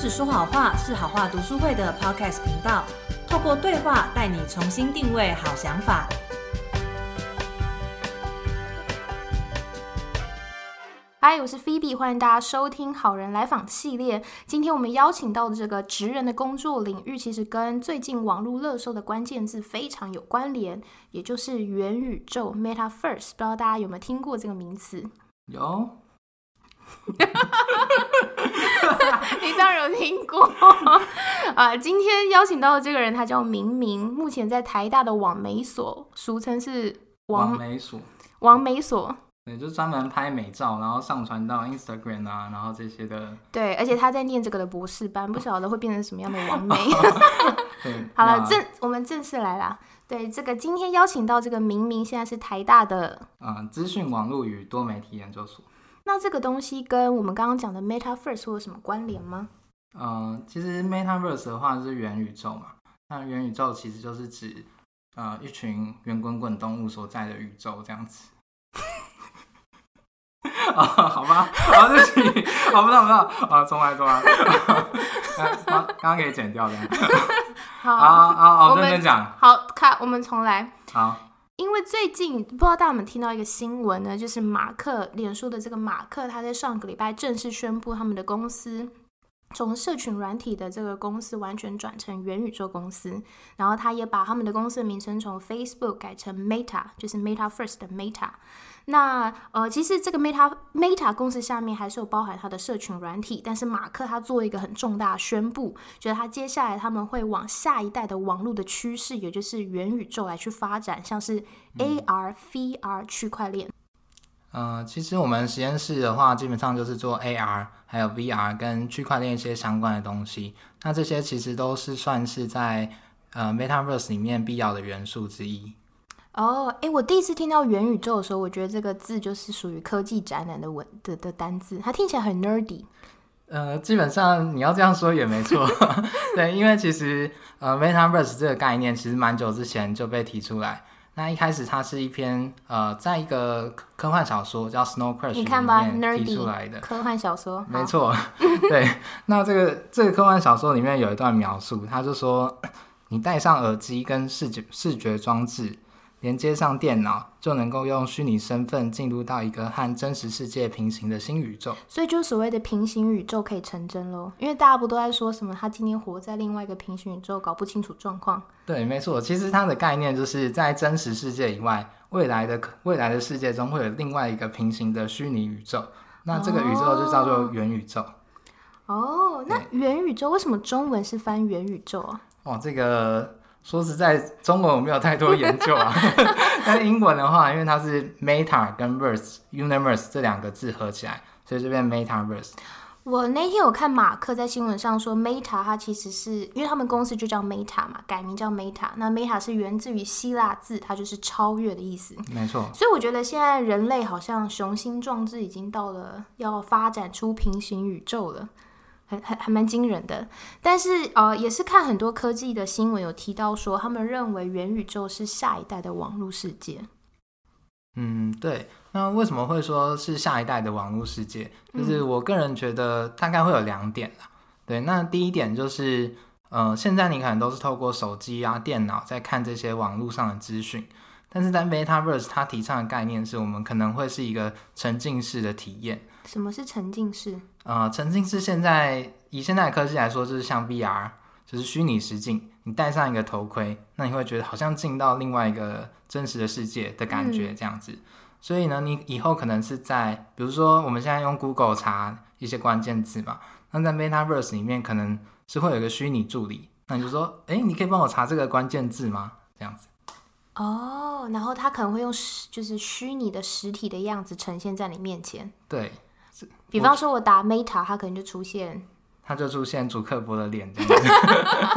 只说好话是好话读书会的 Podcast 频道，透过对话带你重新定位好想法。嗨，我是 Phoebe，欢迎大家收听《好人来访》系列。今天我们邀请到的这个职人的工作领域，其实跟最近网络热搜的关键字非常有关联，也就是元宇宙 （Metaverse）。不知道大家有没有听过这个名 词？有，你当然有听 过啊！今天邀请到的这个人，他叫明明，目前在台大的网媒所，俗称是网网美署，网媒所。对，就专门拍美照，然后上传到 Instagram 啊，然后这些的。对，而且他在念这个的博士班，不晓得会变成什么样的网媒。对，好了，那正我们正式来啦。对，这个今天邀请到这个明明，现在是台大的。嗯，资讯网络与多媒体研究所。那这个东西跟我们刚刚讲的 MetaVerse 会有什么关联吗？嗯，其实 Metaverse 的话是元宇宙嘛，那元宇宙其实就是指呃一群圆滚滚动物所在的宇宙这样子。 啊、好吧，啊，对不起，啊，不知道，不知道，啊，重来，重 来，啊刚刚刚可以剪掉 的，好，啊啊，我我们认真讲，好，看我们重来。好，因为最近不知道大家有没有听到一个新闻呢，就是马克脸书的这个马克，他在上个礼拜正式宣布他们的公司。从社群软体的这个公司完全转成元宇宙公司，然后他也把他们的公司的名称从 Facebook 改成 Meta，就是 Meta First 的 Meta。那呃，其实这个 Meta Meta 公司下面还是有包含它的社群软体，但是马克他做一个很重大的宣布，就是他接下来他们会往下一代的网络的趋势，也就是元宇宙来去发展，像是嗯 AR、VR 区块链。呃，其实我们实验室的话，基本上就是做 AR，还有 VR 跟区块链一些相关的东西。那这些其实都是算是在呃 Metaverse 里面必要的元素之一。哦，诶，我第一次听到元宇宙的时候，我觉得这个字就是属于科技宅男的文的的单字，它听起来很 nerdy。呃，基本上你要这样说也没 错，对，因为其实呃 Metaverse 这个概念其实蛮久之前就被提出来。那一开始它是一篇呃，在一个科科幻小说叫《Snow Crash》你看吧里面提出来的，nerdy，。科幻小说。没好，错， 对。那这个这个科幻小说里面有一段描述，他就说，你戴上耳机跟视觉视觉装置连接上电脑，就能够用虚拟身份进入到一个和真实世界平行的新宇宙。所以就是所谓的平行宇宙可以成真喽，因为大家不都在说什么他今天活在另外一个平行宇宙，搞不清楚状况。对，没错。其实它的概念就是在真实世界以外，未来的未来的世界中会有另外一个平行的虚拟宇宙。那这个宇宙就叫做元宇宙。哦，那元宇宙为什么中文是翻元宇宙啊？哇，哦这个说实在，中文我没有太多研究啊。 但英文的话，因为它是 Meta 跟 Verse、Universe 这两个字合起来，所以就变 MetaVerse。我那天有看马克在新闻上说，Meta 它其实是因为他们公司就叫 Meta 嘛，改名叫 Meta。那 Meta 是源自于希腊字，它就是超越的意思。没错，所以我觉得现在人类好像雄心壮志已经到了要发展出平行宇宙了，很很还蛮惊人的。但是呃，也是看很多科技的新闻有提到说，他们认为元宇宙是下一代的网络世界。嗯，对。那为什么会说是下一代的网络世界？就是我个人觉得大概会有两点啦。对，那第一点就是，呃，现在你可能都是透过手机啊、电脑在看这些网络上的资讯，但是在 MetaVerse 它提倡的概念是我们可能会是一个沉浸式的体验。什么是沉浸式？呃，沉浸式现在以现在的科技来说，就是像 VR，就是虚拟实境。你戴上一个头盔，那你会觉得好像进到另外一个真实的世界的感觉，这样子。所以呢，你以后可能是在，比如说我们现在用 Google 查一些关键字嘛，那在 MetaVerse 里面可能是会有一个虚拟助理，那你就说，诶，你可以帮我查这个关键字吗？这样子。哦，然后他可能会用实就是虚拟的实体的样子呈现在你面前。对，比方说，我打 Meta，它可能就出现它就出现主客博的脸这样子。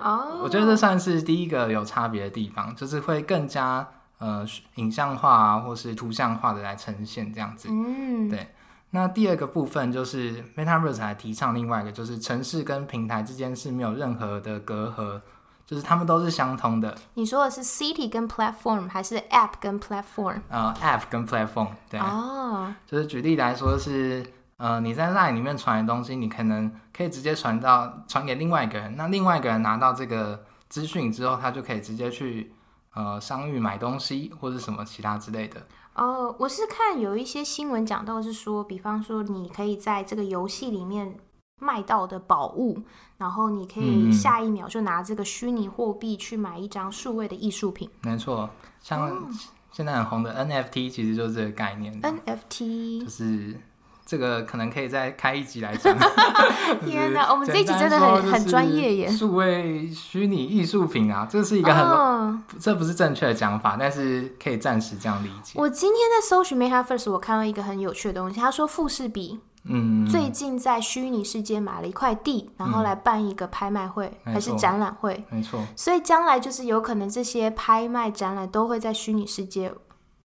哦，我觉得这算是第一个有差别的地方，就是会更加呃影像化啊，或是图像化的来呈现这样子。嗯，对那第二个部分就是 MetaVerse 还提倡另外一个，就是城市跟平台之间是没有任何的隔阂，就是它们都是相通的。你说的是 City 跟 Platform 还是 App 跟 Platform？啊呃，App 跟 Platform，对，哦，就是举例来说是呃，你在 LINE 里面传的东西，你可能可以直接传到传给另外一个人，那另外一个人拿到这个资讯之后，他就可以直接去呃商誉买东西或者什么其他之类的。哦，我是看有一些新闻讲到是说，比方说你可以在这个游戏里面卖到的宝物，然后你可以嗯下一秒就拿这个虚拟货币去买一张数位的艺术品没错，像哦现在很红的 NFT 其实就是这个概念，嗯嗯就 （NFT）。是这个可能可以再开一集 来讲。天哪，哪，我们这一集真的很很专业耶！数位虚拟艺术品啊，这是一个很、嗯，这不是正确的讲法，但是可以暂时这样理解。我今天在搜寻 Meta First，我看到一个很有趣的东西，他说富士比嗯，最近在虚拟世界买了一块地，然后来办一个拍卖会、没还是错展览会，没错，所以将来就是有可能这些拍卖展览都会在虚拟世界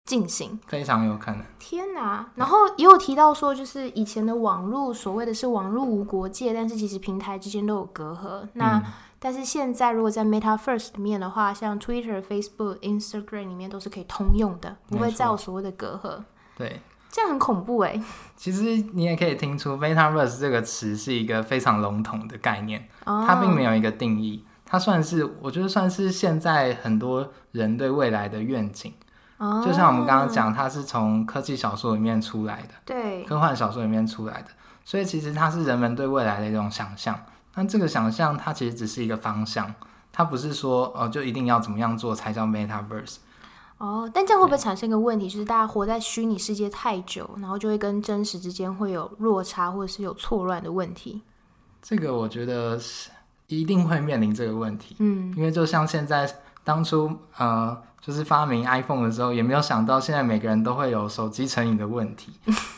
进行。非常有可能。天哪！然后也有提到说，就是以前的网络所谓的是网络无国界，但是其实平台之间都有隔阂。那、嗯但是现在如果在 Meta First 里面的话，像 Twitter、Facebook、Instagram 里面都是可以通用的，不会没错再有所谓的隔阂。对，这样很恐怖哎、其实你也可以听出 “metaverse” 这个词是一个非常笼统的概念，哦它并没有一个定义。它算是，我觉得算是现在很多人对未来的愿景。哦就像我们刚刚讲，它是从科技小说里面出来的，对，科幻小说里面出来的，所以其实它是人们对未来的一种想象。但这个想象它其实只是一个方向，它不是说哦就一定要怎么样做才叫 metaverse。哦，但这样会不会产生一个问题，就是大家活在虚拟世界太久，然后就会跟真实之间会有落差，或者是有错乱的问题？这个我觉得是一定会面临这个问题，嗯，因为就像现在当初呃就是发明 iPhone 的时候，也没有想到现在每个人都会有手机成瘾的问题。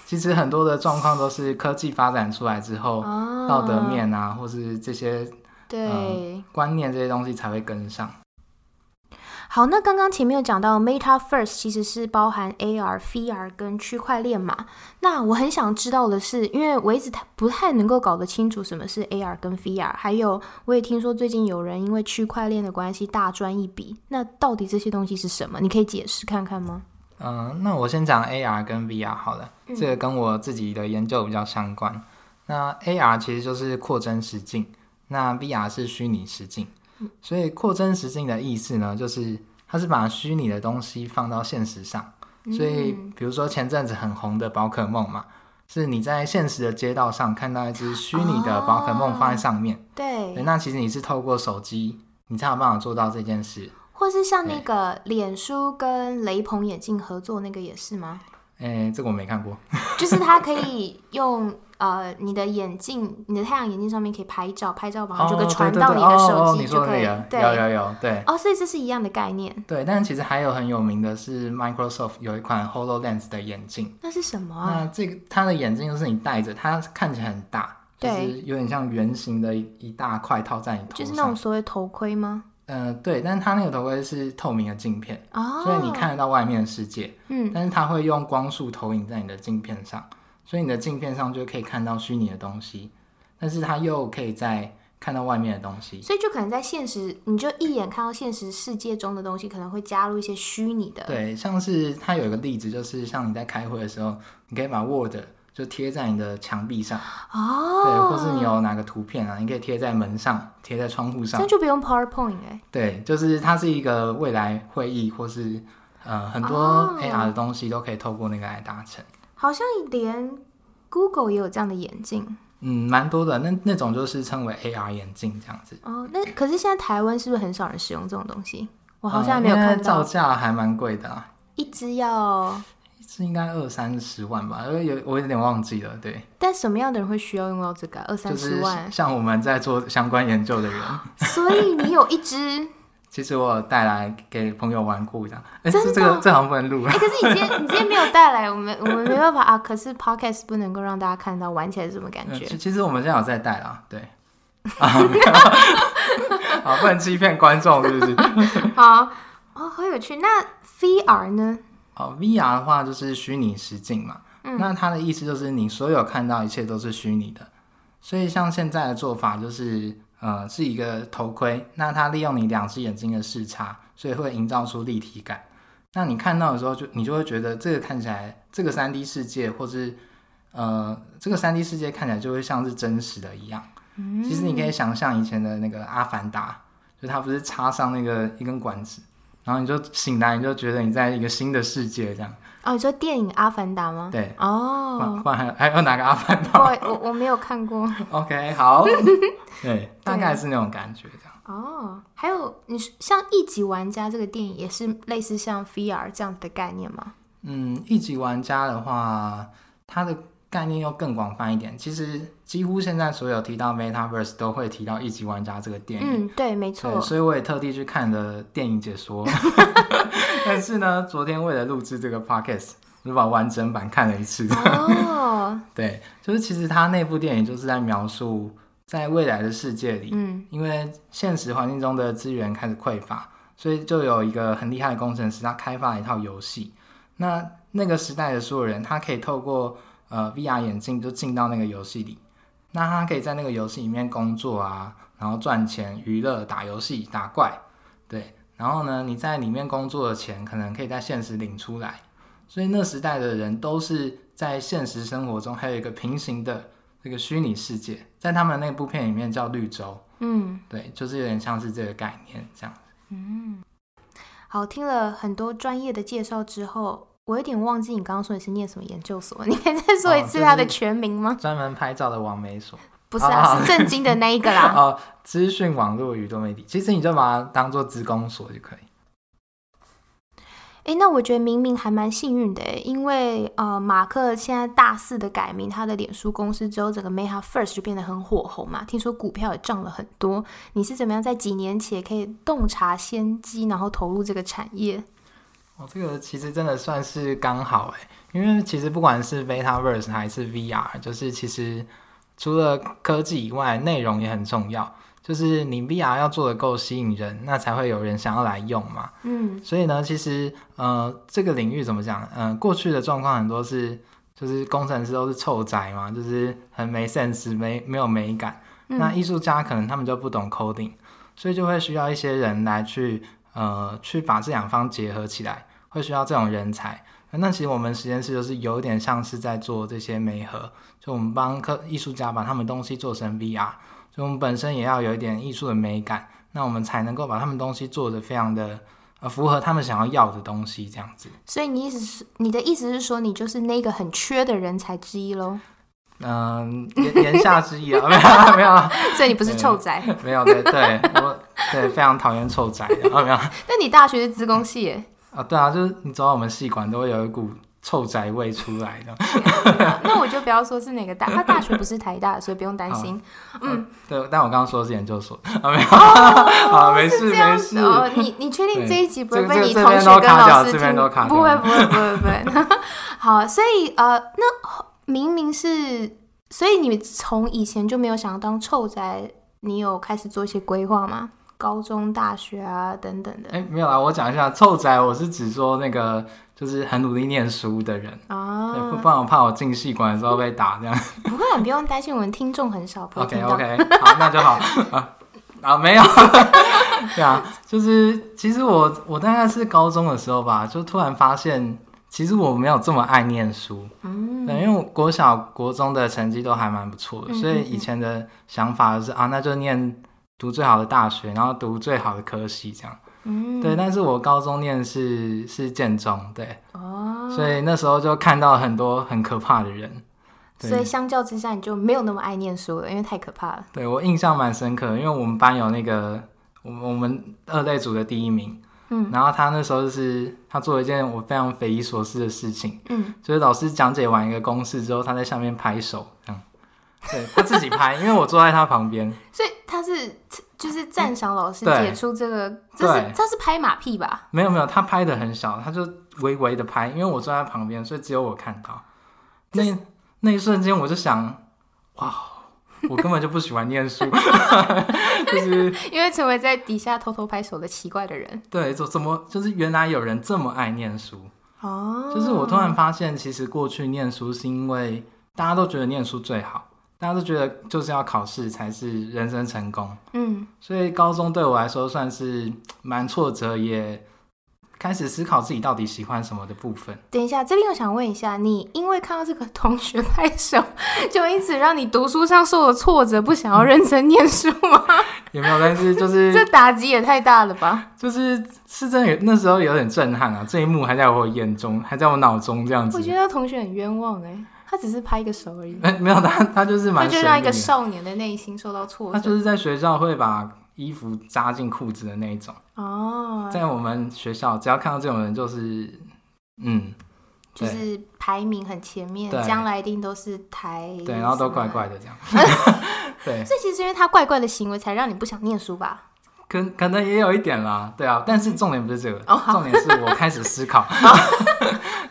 其实很多的状况都是科技发展出来之后，哦道德面啊，或是这些对。观念这些东西才会跟上。好，那刚刚前面有讲到 Meta First 其实是包含 AR、VR 跟区块链嘛。那我很想知道的是，因为我一直不太能够搞得清楚什么是 AR 跟 VR，还有我也听说最近有人因为区块链的关系大赚一笔。那到底这些东西是什么？你可以解释看看吗？嗯、那我先讲 AR 跟 VR 好了，这个跟我自己的研究比较相关。那 AR 其实就是扩增实境，那 VR 是虚拟实境。所以扩增实境的意思呢，就是它是把虚拟的东西放到现实上。所以，比如说前阵子很红的宝可梦嘛，是你在现实的街道上看到一只虚拟的宝可梦放在上面，对对，那其实你是透过手机，你才有办法做到这件事。或是像那个脸书跟雷朋眼镜合作那个也是吗？哎，这个我没看过。就是它可以用呃你的眼镜，你的太阳眼镜上面可以拍照，拍照完后啊就可以传到哦对对对的哦手哦机你说就的可以。那个，有对，有有，对哦，所以这是一样的概念。对。但其实还有很有名的是 Microsoft 有一款 Hololens 的眼镜，那是什么啊？那这个它的眼镜就是你戴着，它看起来很大。就是对有点像圆形的一一大块套在你头上，就是那种所谓头盔吗？呃，对，但是它那个头盔是透明的镜片，哦，所以你，看得到外面的世界，嗯，但是它会用光束投影在你的镜片上，所以你的镜片上就可以看到虚拟的东西，但是它又可以在看到外面的东西。所以就可能在现实，你就一眼看到现实世界中的东西，可能会加入一些虚拟的。对，像是它有一个例子，就是像你在开会的时候，你可以把 Word 就贴在你的墙壁上，哦，对，或是你有哪个图片啊，你可以贴在门上，贴在窗户这上样，就不用 PowerPoint 哎、对，就是它是一个未来会议或是呃很哦多 AR 的东西都可以透过那个来达成。好像连 Google 也有这样的眼镜嗯，蛮多的，那那种就是称为 AR 眼镜这样子。哦。那可是现在台湾是不是很少人使用这种东西？我好像还没有呃因为看到造，价还蛮贵的、啊，一只要。是应该二三十万吧，因为有我有点忘记了，对，但什么样的人会需要用到这个啊二就三十是 万？像我们在做相关研究的人， 所以你有一 只，其实我有带来给朋友玩过的，哎、真的这这个这好像不能录哎、啊，可是你今天你今天没有带来，我们我们没办法啊。可是 podcast 不能够让大家看到玩起来是什么感呃觉其。其实我们现在有在带啦，对， 啊，没有 好不能欺骗观众是不是？好哦，好有趣。那 VR 呢？哦，VR 的话就是虚拟实境嘛，那它的意思就是你所有看到一切都是虚拟的，所以像现在的做法就是，呃，是一个头盔，那它利用你两只眼睛的视差，所以会营造出立体感。那你看到的时候就，你就会觉得这个看起来，这个三 D 世界或是呃，这个三 D 世界看起来就会像是真实的一样。其实你可以想象以前的那个《阿凡达》，就它不是插上那个一根管子，然后你就醒来，你就觉得你在一个新的世界这样。哦，你说电影《阿凡达》吗？对，不然哦，不然还有还有哪个《阿凡达不 好意我我没有看过。》 ？OK，好， 啊对，大概是那种感觉这样。哦，还有你是像《一级玩家》这个电影也是类似像 VR 这样子的概念吗？嗯，一级玩家的话，它的概念又更广泛一点。其实几乎现在所有提到 Metaverse 都会提到一级玩家这个电影。嗯，对，没对，错。所以我也特地去看了电影 解说，但是呢，昨天为了录制这个 podcast，我就把完整版看了一次。 哦，对，就是其实它那部电影就是在描述在未来的世界里，嗯因为现实环境中的资源开始匮乏，所以就有一个很厉害的工程师，他开发了一套游戏。那那个时代的所有人，他可以透过呃 VR 眼镜就进到那个游戏里，那他可以在那个游戏里面工作啊，然后赚钱、娱乐、打游戏、打怪，对。然后呢，你在里面工作的钱，可能可以在现实领出来。所以那时代的人都是在现实生活中还有一个平行的这个虚拟世界，在他们那部片里面叫绿洲。嗯，对，就是有点像是这个概念这样。好，听了很多专业的介绍之后，我有点忘记你刚刚说你是念什么研究所， 你可以再说一哦次就是它的全名 吗？专门拍照的网媒所，不是啊，哦是正经的那一个 啦。哦，资讯网络与多媒体，其实你就把它当做资工所就可以。诶，那我觉得明明还蛮幸运的诶，因为呃，马克现在大肆的改名他的脸书公司之后，整个 Meta First 就变得很火红嘛。听说股票也涨了很多。你是怎么样在几年前可以洞察先机，然后投入这个产业？哦，这个其实真的算是刚好哎，因为其实不管是 MetaVerse 还是 VR，就是其实除了科技以外，内容也很重要。就是你 VR 要做的够吸引人，那才会有人想要来用嘛。嗯所以呢，其实呃，这个领域怎么讲？嗯、过去的状况很多是，就是工程师都是臭宅嘛，就是很没 sense，没没有美感。那嗯艺术家可能他们就不懂 coding，所以就会需要一些人来去呃去把这两方结合起来，会需要这种人才。那其实我们实验室就是有点像是在做这些媒合，就我们帮科艺术家把他们东西做成 VR，所以我们本身也要有一点艺术的美感，那我们才能够把他们东西做得非常的呃符合他们想要要的东西这样子。所以你意思是你的意思是说，你就是那个很缺的人才之一 喽？嗯，言 言下之意啊，没有啊没有啊所以你不是臭宅，没有对对，我对非常讨厌臭宅的，啊没有。 但你大学是资工系耶。啊，对啊，就是你走到我们戏馆都会有一股臭宅味出来的。那我就不要说是哪个大，他大学不是台大，所以不用担心。对，但我刚刚说的是研究所啊，没有， 好，没是事这样没子事。哦，你你确定对这一集不会这被这你这同边学都跟卡老掉师这听？边都卡不掉会不会不会不会。 好，所以呃，那明明是，所以你从以前就没有想要当臭宅，你有开始做一些规划吗？高中、大学啊等等的哎，没有啦，我讲一下臭宅，我是指说那个就是很努力念书的人，对，不啊，不然我怕我进戏馆的时候被打这样。不会，你不用担心，我们听众很少，不会 OK 听到。 OK，好，那就好啊啊，没有， 对啊，就是其实我我大概是高中的时候吧，就突然发现，其实我没有这么爱念书。嗯对，因为我国小、国中的成绩都还蛮不错的，嗯所以嗯以嗯前的想法就是啊，那就念读最好的大学，然后读最好的科系这样。嗯，对，但是我高中念是是建中，对，哦，所以那时候就看到很多很可怕的人。对所以相较之下，你就没有那么爱念书了，因为太可怕了。对我印象蛮深刻的，因为我们班有那个我们我们二类组的第一名，嗯然后他那时候就是他做了一件我非常匪夷所思的事情，嗯，就是老师讲解完一个公式之后，他在下面拍手，这样，对他自己拍，因为我坐在他旁边，所以他是就是赞赏老师对解出这个，这是对这是拍马屁吧？没有没有，他拍的很小，他就微微的拍，因为我坐在旁边，所以只有我看到。那那一瞬间，我就想，哇，哦我根本就不喜欢念书， 就是因为成为在底下偷偷拍手的奇怪的人对，怎怎么就是原来有人这么爱念书，哦就是我突然发现，其实过去念书是因为大家都觉得念书最好，大家都觉得就是要考试才是人生成功。嗯所以高中对我来说算是蛮挫折，也开始思考自己到底喜欢什么的部分。等一下，这边我想问一下，你因为看到这个同学拍手，就因此让你读书上受了挫折，不想要认真念书吗？有没有？但是就 是这打击也太大了吧！就是是真的有，那时候有点震撼啊！这一幕还在我眼中，还在我脑中这样子我。觉得同学很冤枉哎、他只是拍个手而已，没没有他，他就是他蛮就神让一个秘的少年的内心受到挫他折。就是在学校会把衣服扎进裤子的那一种。哦，在我们学校，只要看到这种人，就是嗯，就对是排名很前面，对将来一定都是台对，然后都怪怪的。的这样。对，所以其实是因为他怪怪的行为，才让你不想念书吧？可可能也有一点啦，对啊，但是重点不是这个，哦好重点是我开始思 考，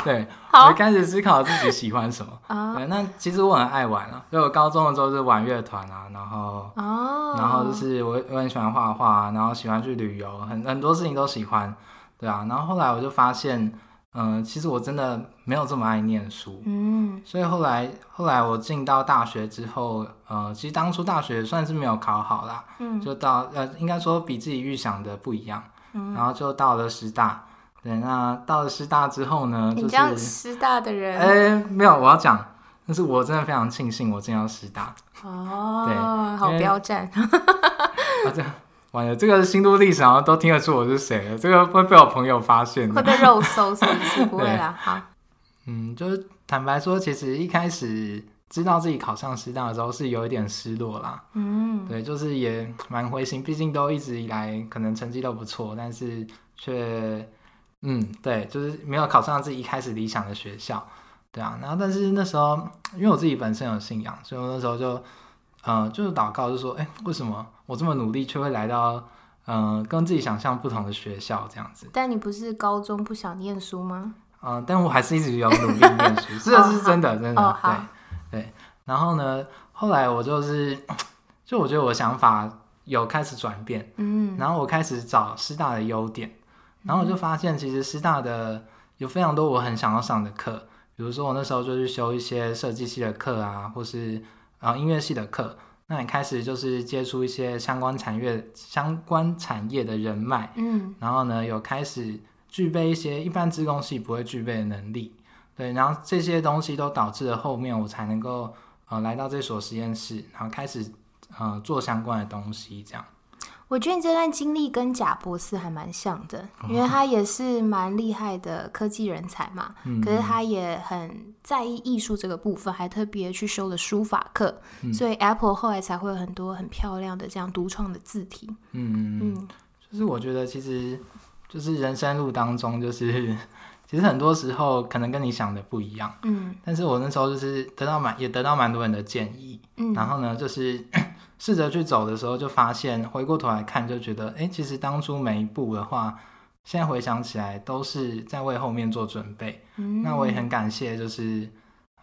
对，好我开始思考自己喜欢什么。啊对，那其实我很爱玩啊，因为我高中的时候就是玩乐团啊，然后哦，然后就是我我很喜欢画画，啊然后喜欢去旅游，很很多事情都喜欢，对啊。然后后来我就发现，嗯、其实我真的没有这么爱念书，嗯所以后来后来我进到大学之后，呃，其实当初大学算是没有考好啦，嗯就到呃，应该说比自己预想的不一样，嗯，然后就到了师大。对，那到了师大之后呢，你嗯就这样是师大的人、哎，没有，我要讲，但是我真的非常庆幸我进到师大。哦，对好因为标战，啊，这样完了，这个心路历程好像都听得出我是谁了，这个会被我朋友发现会的。被肉搜是不是？不会 对啦，好，嗯，就是坦白说，其实一开始知道自己考上师大的时候是有一点失落啦，嗯对，就是也蛮灰心，毕竟都一直以来可能成绩都不错，但是却嗯，对，就是没有考上自己一开始理想的学校，对啊。然后但是那时候，因为我自己本身有信仰，所以我那时候就呃，就是祷告，就说，哎、为什么我这么努力却会来到呃跟自己想象不同的学校这样子？但你不是高中不想念书吗？嗯、但我还是一直有努力念 书，这是真的，真的，哦好对对。然后呢，后来我就是，就我觉得我想法有开始转变，嗯，然后我开始找师大的优点，然后我就发现其实师大的有非常多我很想要上的课，比如说我那时候就去修一些设计系的课啊，或是啊、呃音乐系的课。那你开始就是接触一些相关产业、相关产业的人脉，嗯然后呢，有开始具备一些一般自工系不会具备的能力，对，然后这些东西都导致了后面我才能够呃来到这所实验室，然后开始呃做相关的东西，这样，我觉得你这段经历跟贾博士还蛮像的，哦因为他也是蛮厉害的科技人才嘛，嗯可是他也很在意艺术这个部分，还特别去修了书法课，嗯所以 Apple 后来才会有很多很漂亮的这样独创的字体。嗯，嗯就是我觉得其实就是人生路当中，就是其实很多时候可能跟你想的不一样，嗯但是我那时候就是得到蛮也得到蛮多人的建议，嗯然后呢，就是 试着去走的时候，就发现回过头来看，就觉得，哎，其实当初每一步的话，现在回想起来都是在为后面做准备。嗯，那我也很感谢，就是，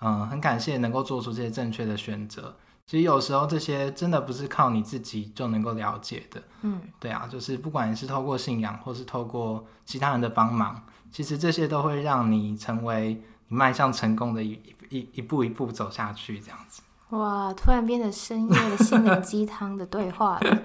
嗯，很感谢能够做出这些正确的选择。其实有时候这些真的不是靠你自己就能够了解的，嗯对啊，就是不管你是透过信仰，或是透过其他人的帮忙，其实这些都会让你成为你迈向成功的一一一一步一步走下去，这样子。哇，突然变得深夜的心灵鸡汤的对话了。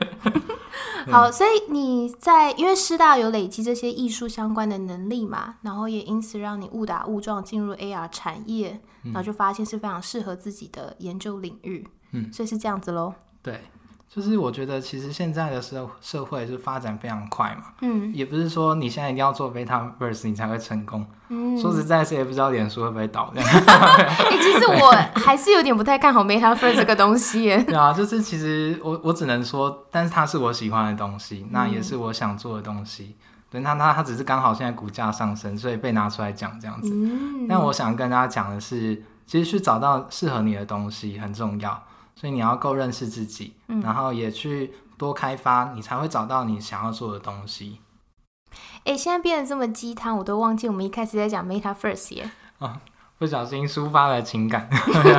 好，所以你在因为师大有累积这些艺术相关的能力嘛，然后也因此让你误打误撞进入 AR 产业，然后就发现是非常适合自己的研究领域。嗯，所以是这样子喽。对，就是我觉得其实现在的社社会就发展非常快嘛，嗯也不是说你现在一定要做 MetaVerse 你才会成功。嗯，说实在，谁也不知道脸书会不会倒这样。哎、其实我还是有点不太看好 MetaVerse 这个东西 耶。 对啊，就是其实我我只能说，但是它是我喜欢的东西，那也是嗯我想做的东西。对，那它它只是刚好现在股价上升，所以被拿出来讲这样子。嗯，但我想跟大家讲的是，其实去找到适合你的东西很重要，所以你要够认识自己，嗯然后也去多开发，你才会找到你想要做的东西。哎、现在变得这么鸡汤，我都忘记我们一开始在讲 MetaVerse 耶。不小心抒发了情感。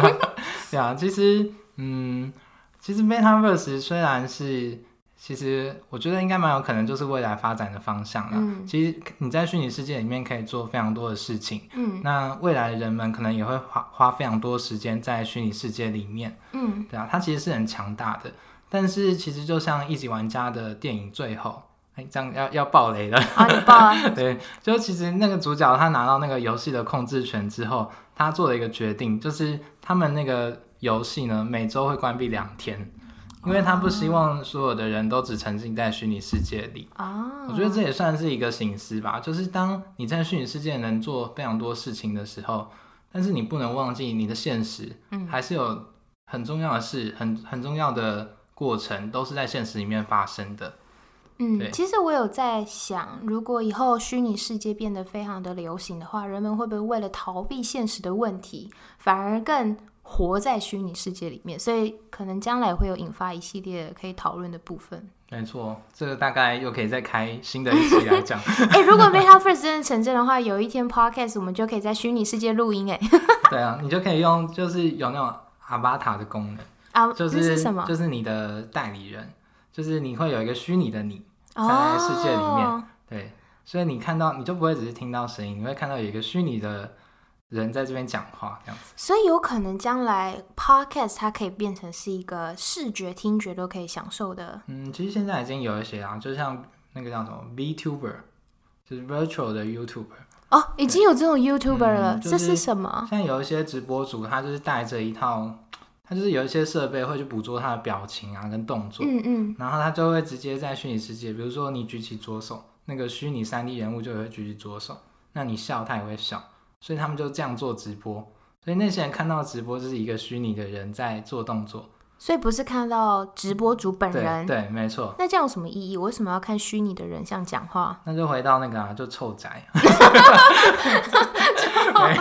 对啊，其实，嗯，其实 MetaVerse 虽然是，其实我觉得应该蛮有可能就是未来发展的方向啦。嗯其实你在虚拟世界里面可以做非常多的事情，嗯那未来的人们可能也会花花非常多时间在虚拟世界里面。 嗯对啊，它其实是很强大的。但是其实就像一级玩家的电影最后，哎，这样要要爆雷了。啊，你报了， 对，就其实那个主角他拿到那个游戏的控制权之后，他做了一个决定，就是他们那个游戏呢每周会关闭两天，因为他不希望所有的人都只沉浸在虚拟世界里。啊，我觉得这也算是一个醒思吧，就是当你在虚拟世界能做非常多事情的时候，但是你不能忘记你的现实，嗯还是有很重要的事，很很重要的过程都是在现实里面发生的。嗯，对其实我有在想，如果以后虚拟世界变得非常的流行的话，人们会不会为了逃避现实的问题，反而更活在虚拟世界里面？所以可能将来会有引发一系列可以讨论的部 分。没错，这个大概又可以再开新的一期来 讲。哎、如果 MetaVerse 真的成真的话，有一天 Podcast 我们就可以在虚拟世界录音。哎，对啊，你就可以用，就是有那种阿巴塔的功能，啊，就那是是什么？就是你的代理人，就是你会有一个虚拟的你，哦，在世界里面对，所以你看到你就不会只是听到声音，你会看到有一个虚拟的人在这边讲话这样子。所以有可能将来 podcast 它可以变成是一个视觉、听觉都可以享受的嗯，其实现在已经有一些啊，就像那个叫什么 VTuber，就是 virtual 的 YouTuber，哦，已经有这种 YouTuber 了，嗯就这是是什么？现在有一些直播主，他就是带着一套，他就是有一些设备会去捕捉他的表情啊跟动作，嗯嗯，然后他就会直接在虚拟世界，比如说你举起左手，那个虚拟三 D 人物就会举起左手，那你笑他也会笑，所以他们就这样做直播。所以那些人看到直播就是一个虚拟的人在做动作，所以不是看到直播主本对人，对，没错。那这样有什么意义？我为什么要看虚拟的人像讲话？那就回到那个啊，就臭宅，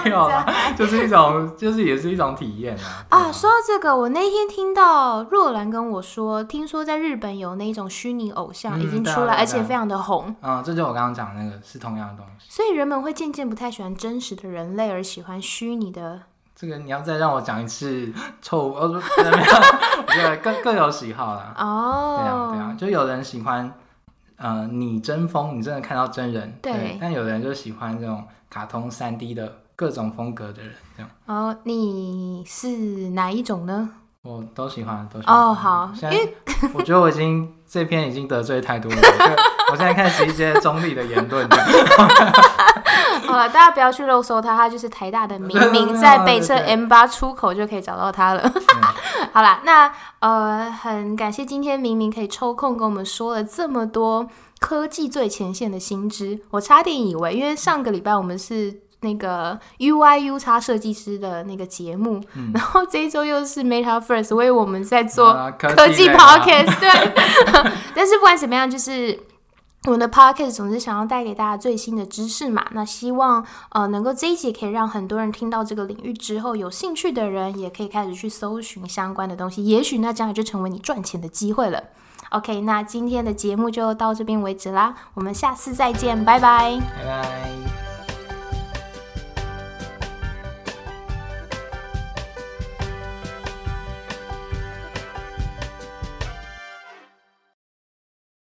没有啦，就是一种，就是也是一种体验啊。对啊，说到这个，我那天听到若兰跟我说，听说在日本有那种虚拟偶像嗯已经对啊出来，对啊而且对啊非常的红，嗯，这就我刚刚讲的那个是同样的东西。所以人们会渐渐不太喜欢真实的人类，而喜欢虚拟的。这个你要再让我讲一次臭，哦，不 没有，对，各各有喜好啦。哦，对啊，对啊，就有人喜欢，呃，拟真风，你真的看到真人，对但有人就喜欢这种卡通三 D 的各种风格的人，这样哦，你是哪一种呢？ 我都喜欢，都喜欢。哦，好，现在 我觉得我已经这篇已经得罪太多了，我就我现在开始一些中立的言论这样。 好了，大家不要去肉搜他，他就是台大的民 对对名，对在北侧对对 M 八出口就可以找到他了。嗯 好啦，那呃，很感谢今天明明可以抽空跟我们说了这么多科技最前线的新知，我差点以为，因为上个礼拜我们是。那个 U I U X 设计师的那个节目，嗯然后这一周又是 Meta First，为我们在做啊科技类啊 podcast，对。 但是不管怎么样，就是我们的 podcast 总是想要带给大家最新的知识嘛。那希望呃能够这一集可以让很多人听到这个领域之后，有兴趣的人也可以开始去搜寻相关的东西，也许那将来就成为你赚钱的机会了。OK，那今天的节目就到这边为止啦，我们下次再见，拜拜。拜拜。